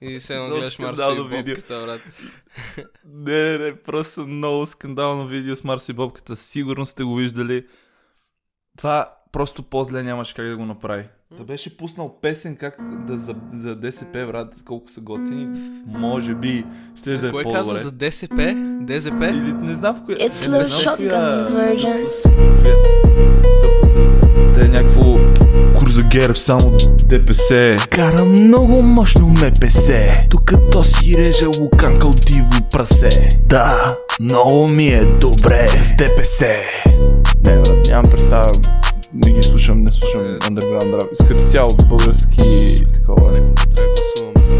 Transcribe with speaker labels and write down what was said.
Speaker 1: И се
Speaker 2: Много
Speaker 1: гледаш Марсо и
Speaker 2: скандално видео.
Speaker 1: бобката, брат.
Speaker 2: Не, не, не, просто много скандално видео с Марси Бобката. Сигурно сте го виждали. Това просто по-зле нямаше как да го направи. Да беше пуснал песен как да за, за ДСП, брат, колко са готини. Може би ще да
Speaker 1: За
Speaker 2: е
Speaker 1: кое
Speaker 2: по-добре.
Speaker 1: каза? За ДСП? ДЗП?
Speaker 2: Е, Или не знам в коя... е,
Speaker 3: It's
Speaker 2: не, не
Speaker 3: slow
Speaker 2: знам в коя-
Speaker 3: shotgun version.
Speaker 2: коя- тъпо са. Те е някакво курза герб, само ДПС.
Speaker 4: Кара много мощно МПС Докато си реже луканка от диво прасе Да, много ми е добре С ДПС
Speaker 2: Не, брат, нямам представа. Не ги слушам, не слушам underground rap. Като цяло български такова.
Speaker 1: Трябва да гласувам.